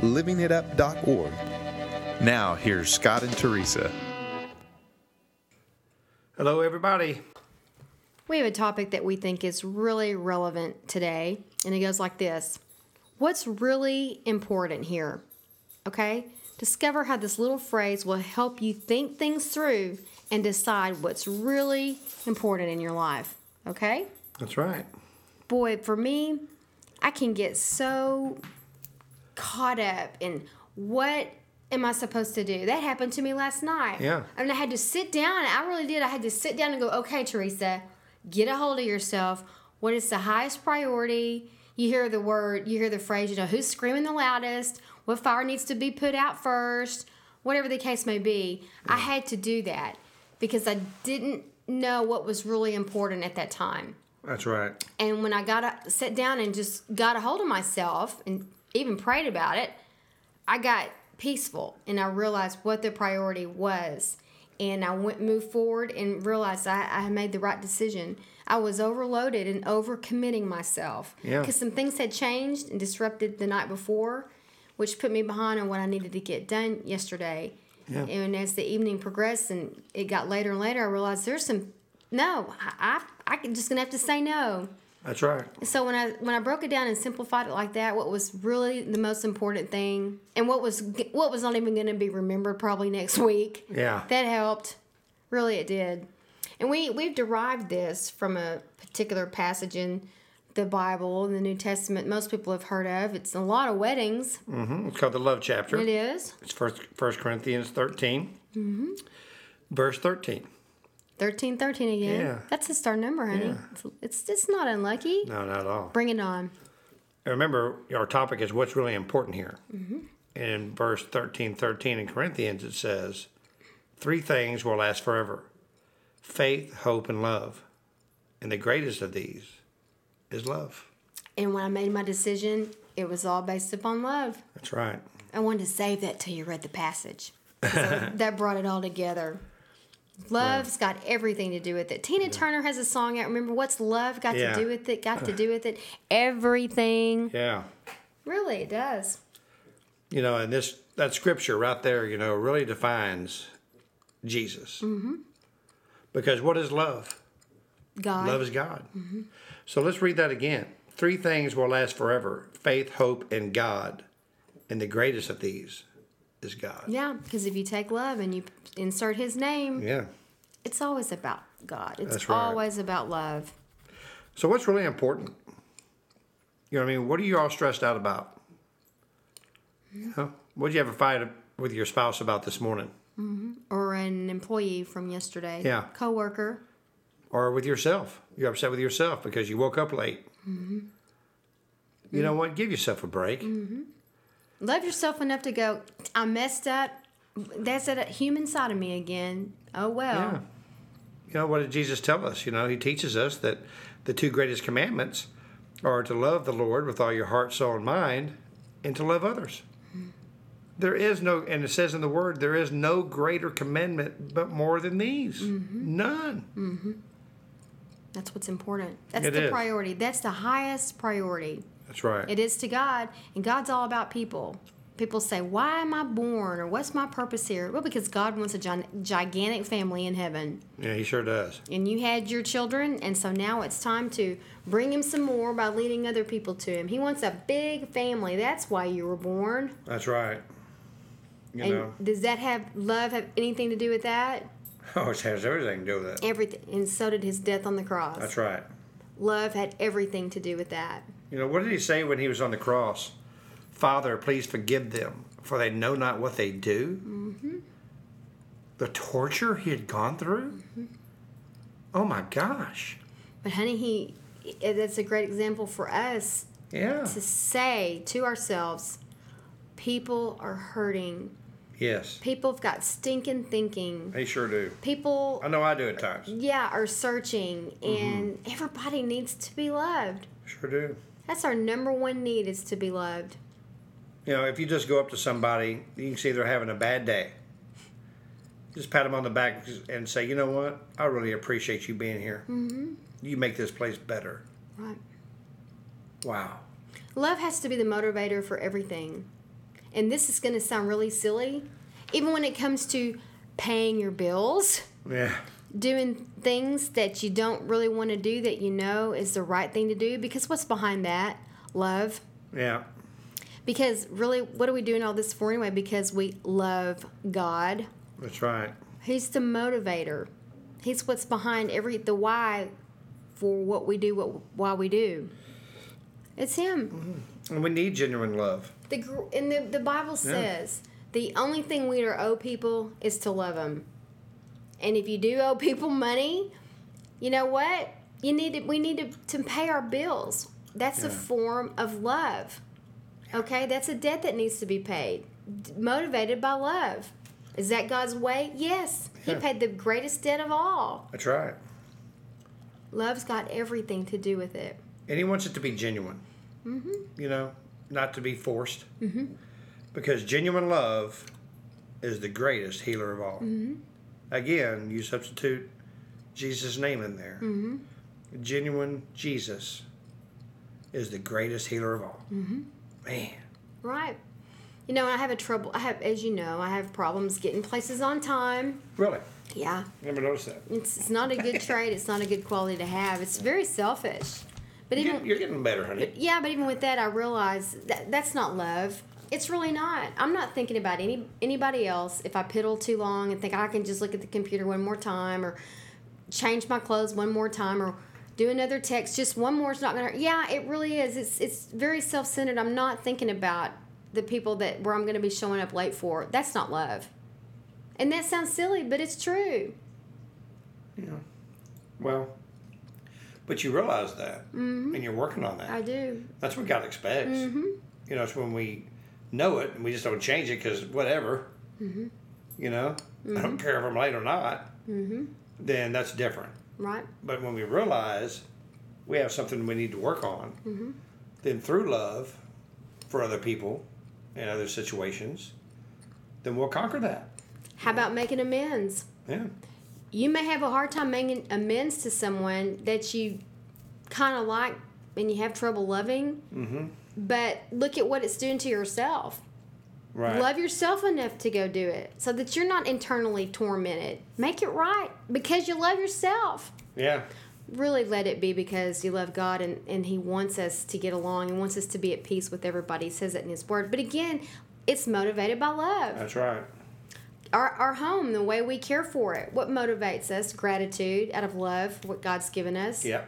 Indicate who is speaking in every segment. Speaker 1: livingitup.org. Now, here's Scott and Teresa.
Speaker 2: Hello, everybody.
Speaker 3: We have a topic that we think is really relevant today, and it goes like this What's really important here? Okay? Discover how this little phrase will help you think things through and decide what's really important in your life. Okay?
Speaker 2: That's right.
Speaker 3: Boy, for me, I can get so caught up in what am I supposed to do? That happened to me last night.
Speaker 2: Yeah.
Speaker 3: I mean, I had to sit down. I really did. I had to sit down and go, okay, Teresa, get a hold of yourself. What is the highest priority? You hear the word, you hear the phrase, you know, who's screaming the loudest? What fire needs to be put out first? Whatever the case may be. I had to do that because I didn't know what was really important at that time.
Speaker 2: That's right.
Speaker 3: And when I got a, sat down and just got a hold of myself and even prayed about it, I got peaceful and I realized what the priority was. And I went moved forward and realized I, I had made the right decision. I was overloaded and overcommitting myself
Speaker 2: Yeah.
Speaker 3: because some things had changed and disrupted the night before, which put me behind on what I needed to get done yesterday.
Speaker 2: Yeah.
Speaker 3: And as the evening progressed and it got later and later, I realized there's some no. I I, I'm just gonna have to say no.
Speaker 2: That's right.
Speaker 3: So when I when I broke it down and simplified it like that, what was really the most important thing, and what was what was not even going to be remembered probably next week.
Speaker 2: Yeah.
Speaker 3: that helped. Really, it did. And we we've derived this from a particular passage in the Bible in the New Testament. Most people have heard of. It's in a lot of weddings.
Speaker 2: It's called the love chapter.
Speaker 3: It is
Speaker 2: It's first First Corinthians 13, verse 13.
Speaker 3: thirteen thirteen again.
Speaker 2: Yeah.
Speaker 3: That's just our number, honey. It's, it's it's not unlucky.
Speaker 2: No, not at all.
Speaker 3: Bring it on.
Speaker 2: And Remember, our topic is what's really important here. And in verse 13, 13 in Corinthians, it says, Three things will last forever faith, hope, and love. And the greatest of these is love.
Speaker 3: And when I made my decision, it was all based upon love.
Speaker 2: That's right.
Speaker 3: I wanted to save that till you read the passage. So that brought it all together. Love's got everything to do with it. Tina Turner has a song out. Remember, what's love got
Speaker 2: Yeah.
Speaker 3: to do with it? Got to do with it? Everything.
Speaker 2: Yeah.
Speaker 3: Really, it does.
Speaker 2: you know, and this that scripture right there, you know, really defines Jesus. Mm-hmm. Because what is love?
Speaker 3: God.
Speaker 2: Love is God. So let's read that again. Three things will last forever: faith, hope, and God. And the greatest of these is God.
Speaker 3: yeah, because if you take love and you insert his name,
Speaker 2: Yeah.
Speaker 3: it's always about God. It's
Speaker 2: That's right.
Speaker 3: always about love.
Speaker 2: So what's really important? You know what I mean? What are you all stressed out about? You know, what did you have a fight with your spouse about this morning?
Speaker 3: Or an employee from yesterday.
Speaker 2: Yeah.
Speaker 3: Coworker.
Speaker 2: or with yourself. You're upset with yourself because you woke up late.
Speaker 3: Mm-hmm.
Speaker 2: You know what? Give yourself a break.
Speaker 3: love yourself enough to go i messed up that's a human side of me again oh well
Speaker 2: Yeah. You know, what did Jesus tell us? You know, he teaches us that the two greatest commandments are to love the Lord with all your heart, soul, and mind, and to love others.
Speaker 3: Mm-hmm.
Speaker 2: There is no, and it says in the word, there is no greater commandment but more than these.
Speaker 3: Mm-hmm.
Speaker 2: None.
Speaker 3: that's what's important that's
Speaker 2: It
Speaker 3: the
Speaker 2: is.
Speaker 3: priority that's the highest priority
Speaker 2: That's right.
Speaker 3: it is to god and god's all about people people say why am i born or what's my purpose here well because god wants a gi- gigantic family in heaven
Speaker 2: Yeah, he sure does.
Speaker 3: and you had your children and so now it's time to bring him some more by leading other people to him he wants a big family that's why you were born
Speaker 2: That's right. You
Speaker 3: and
Speaker 2: know,
Speaker 3: does that have love have anything to do with that
Speaker 2: oh, it has everything to do with that.
Speaker 3: everything and so did his death on the cross
Speaker 2: That's right.
Speaker 3: love had everything to do with that
Speaker 2: You know, what did he say when he was on the cross? Father, please forgive them, for they know not what they do. The torture he had gone through? Oh my gosh.
Speaker 3: but honey he eh, that's a great example for us
Speaker 2: Yeah.
Speaker 3: to say to ourselves People are hurting.
Speaker 2: Yes.
Speaker 3: People have got stinking thinking.
Speaker 2: They sure do.
Speaker 3: People,
Speaker 2: I know I do at times.
Speaker 3: yeah, are searching, and everybody needs to be loved.
Speaker 2: Sure do.
Speaker 3: That's our number one need is to be loved.
Speaker 2: You know, if you just go up to somebody, you can see they're having a bad day. Just pat them on the back and say, you know what? I really appreciate you being here. Mm-hmm. You make this place better.
Speaker 3: Right.
Speaker 2: Wow.
Speaker 3: Love has to be the motivator for everything. And this is going to sound really silly, even when it comes to paying your bills,
Speaker 2: Yeah.
Speaker 3: doing things that you don't really want to do that you know is the right thing to do, because what's behind that? Love.
Speaker 2: Yeah.
Speaker 3: Because really, what are we doing all this for anyway? Because we love God.
Speaker 2: That's right.
Speaker 3: He's the motivator. He's what's behind every the why for what we do, what why we do. It's him.
Speaker 2: And we need genuine love.
Speaker 3: The gr- and the, the Bible says the only thing we are owe people is to love them. And if you do owe people money, you know what? You need to, we need to, to pay our bills. That's a
Speaker 2: Yeah.
Speaker 3: form of love. Okay, that's a debt that needs to be paid, d- motivated by love. Is that God's way? Yes. He
Speaker 2: Yeah.
Speaker 3: paid the greatest debt of all.
Speaker 2: That's right.
Speaker 3: Love's got everything to do with it.
Speaker 2: And he wants it to be genuine. Mm-hmm. You know, not to be forced. Mm-hmm. Because genuine love is the greatest healer of all. Mm-hmm. Again, you substitute Jesus' name in there. Mm-hmm. Genuine Jesus is the greatest healer of all. Mm-hmm. Man.
Speaker 3: Right. You know, I have a trouble. I have, as you know, I have problems getting places on time.
Speaker 2: Really?
Speaker 3: Yeah,
Speaker 2: Never noticed that.
Speaker 3: it's, it's not a good trait. It's not a good quality to have. It's very selfish. But
Speaker 2: You're
Speaker 3: even
Speaker 2: getting, you're getting better, honey.
Speaker 3: yeah, but even with that, I realize that that's not love. It's really not. I'm not thinking about any anybody else. If I piddle too long and think I can just look at the computer one more time, or change my clothes one more time, or do another text, just one more is not gonna. hurt. Yeah, it really is. It's it's very self centered. I'm not thinking about the people that where I'm gonna be showing up late for. That's not love. And that sounds silly, but it's true.
Speaker 2: Well, but you realize that. And you're working on that.
Speaker 3: I do.
Speaker 2: That's what God expects. You know, it's when we know it and we just don't change it because whatever. You know, I don't care if I'm late or not. Then that's different.
Speaker 3: Right.
Speaker 2: But when we realize we have something we need to work on, then through love for other people and other situations, then we'll conquer that.
Speaker 3: How about making amends?
Speaker 2: Yeah.
Speaker 3: you may have a hard time making amends to someone that you kind of like and you have trouble loving. Mm-hmm. But look at what it's doing to yourself.
Speaker 2: Right.
Speaker 3: Love yourself enough to go do it so that you're not internally tormented. Make it right because you love yourself.
Speaker 2: Yeah.
Speaker 3: Really let it be because you love God and, and He wants us to get along and wants us to be at peace with everybody. He says it in His Word. But again, it's motivated by love
Speaker 2: That's right.
Speaker 3: our, our home, the way we care for it. What motivates us? Gratitude out of love, for what God's given us.
Speaker 2: Yeah.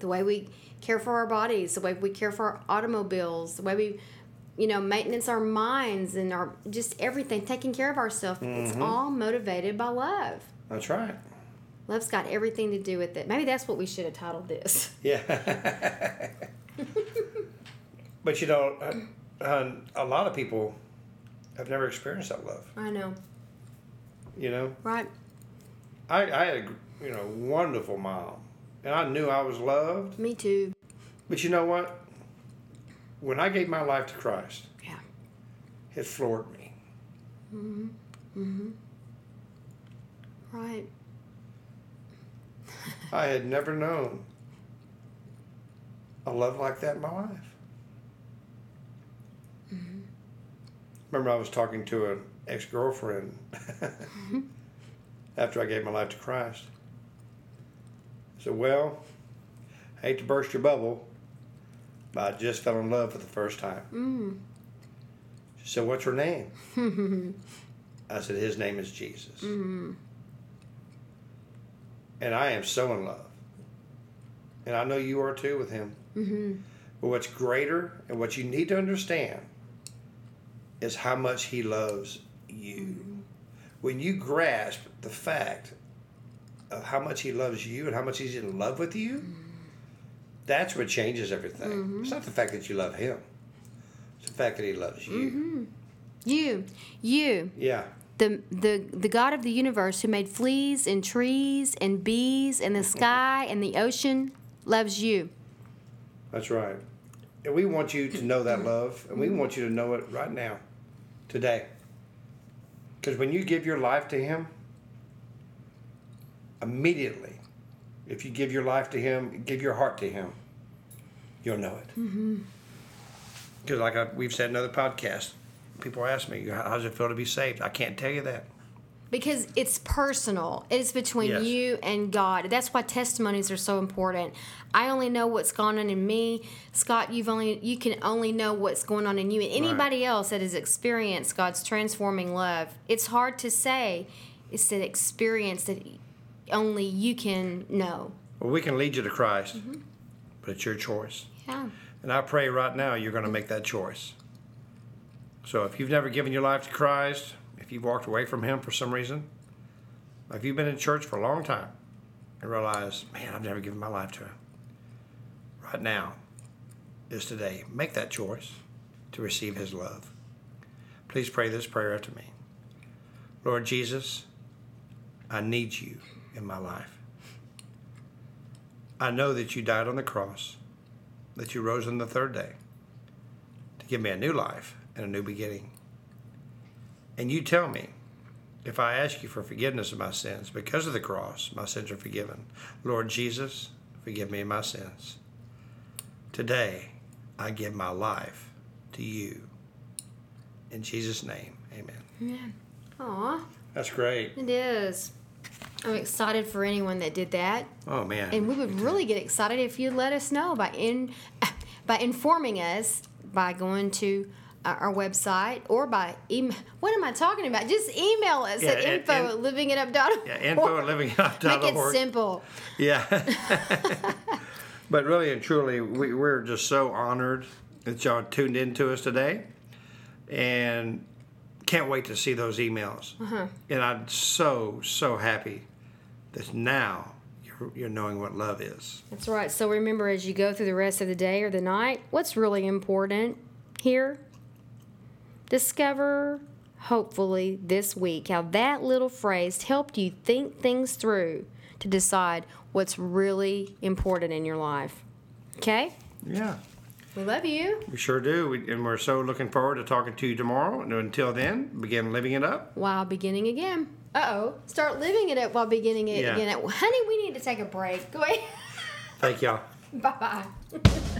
Speaker 3: The way we care for our bodies, the way we care for our automobiles, the way we, you know, maintenance our minds and our just everything, taking care of ourselves. It's all motivated by love.
Speaker 2: That's right.
Speaker 3: Love's got everything to do with it. Maybe that's what we should have titled this.
Speaker 2: Yeah. but you know, uh, uh, a lot of people have never experienced that love.
Speaker 3: I know,
Speaker 2: You know,
Speaker 3: right?
Speaker 2: I, I had a gr- you know wonderful mom, and I knew I was loved.
Speaker 3: Me too.
Speaker 2: But you know what? When I gave my life to Christ,
Speaker 3: Yeah.
Speaker 2: it floored me.
Speaker 3: Right.
Speaker 2: I had never known a love like that in my life. Remember, I was talking to an ex girlfriend after I gave my life to Christ. I said, Well, I hate to burst your bubble, but I just fell in love for the first time.
Speaker 3: Mm.
Speaker 2: She said, What's her name? I said, His name is Jesus. And I am so in love. And I know you are too with him. But what's greater and what you need to understand is how much he loves you. When you grasp the fact of how much he loves you and how much he's in love with you, that's what changes everything. It's not the fact that you love him, It's the fact that He loves you.
Speaker 3: You, you,
Speaker 2: Yeah.
Speaker 3: the the the God of the universe who made fleas and trees and bees and the sky and the ocean loves you.
Speaker 2: That's right. And we want you to know that love, and we want you to know it right now, today. Because when you give your life to Him, immediately, if you give your life to Him, give your heart to Him, you'll know it. Because, like I, we've said in other podcasts, people ask me, How how does it feel to be saved? I can't tell you that.
Speaker 3: Because it's personal. It's between
Speaker 2: Yes.
Speaker 3: you and God. That's why testimonies are so important. I only know what's gone on in me. Scott, you've only you can only know what's going on in you. And anybody else that has experienced God's transforming love, it's hard to say. It's an experience that only you can know.
Speaker 2: Well, we can lead you to Christ, but it's your choice.
Speaker 3: Yeah.
Speaker 2: And I pray right now you're going to make that choice. So if you've never given your life to Christ, if you've walked away from Him for some reason, if you've been in church for a long time and realize, man, I've never given my life to Him, right now is today. Make that choice to receive His love. Please pray this prayer after me Lord Jesus, I need you in my life. I know that you died on the cross that you rose on the third day to give me a new life and a new beginning. And you tell me if I ask you for forgiveness of my sins because of the cross, my sins are forgiven. Lord Jesus, forgive me my sins. Today, I give my life to you. In Jesus' name, amen.
Speaker 3: Aw,
Speaker 2: That's great.
Speaker 3: it is. I'm excited for anyone that did that.
Speaker 2: Oh, man.
Speaker 3: And we would really get excited if you let us know by in by informing us by going to uh, our website or by email. What am I talking about? Just email us
Speaker 2: Yeah,
Speaker 3: at
Speaker 2: and-
Speaker 3: info
Speaker 2: and-
Speaker 3: at livingitup.org.
Speaker 2: yeah, info at livingitup.org.
Speaker 3: Make it simple.
Speaker 2: Yeah. but really and truly, we, we're just so honored that y'all tuned in to us today and can't wait to see those emails. And I'm so, so happy that now you're, you're knowing what love is.
Speaker 3: That's right. So remember, as you go through the rest of the day or the night, what's really important here? Discover, hopefully, this week how that little phrase helped you think things through to decide what's really important in your life. Okay?
Speaker 2: Yeah.
Speaker 3: We love you.
Speaker 2: We sure do. We, and we're so looking forward to talking to you tomorrow. And until then, begin living it up.
Speaker 3: While beginning again. Uh oh. Start living it up while beginning it
Speaker 2: Yeah.
Speaker 3: again. Honey, we need to take a break. Go ahead.
Speaker 2: Thank y'all.
Speaker 3: bye bye.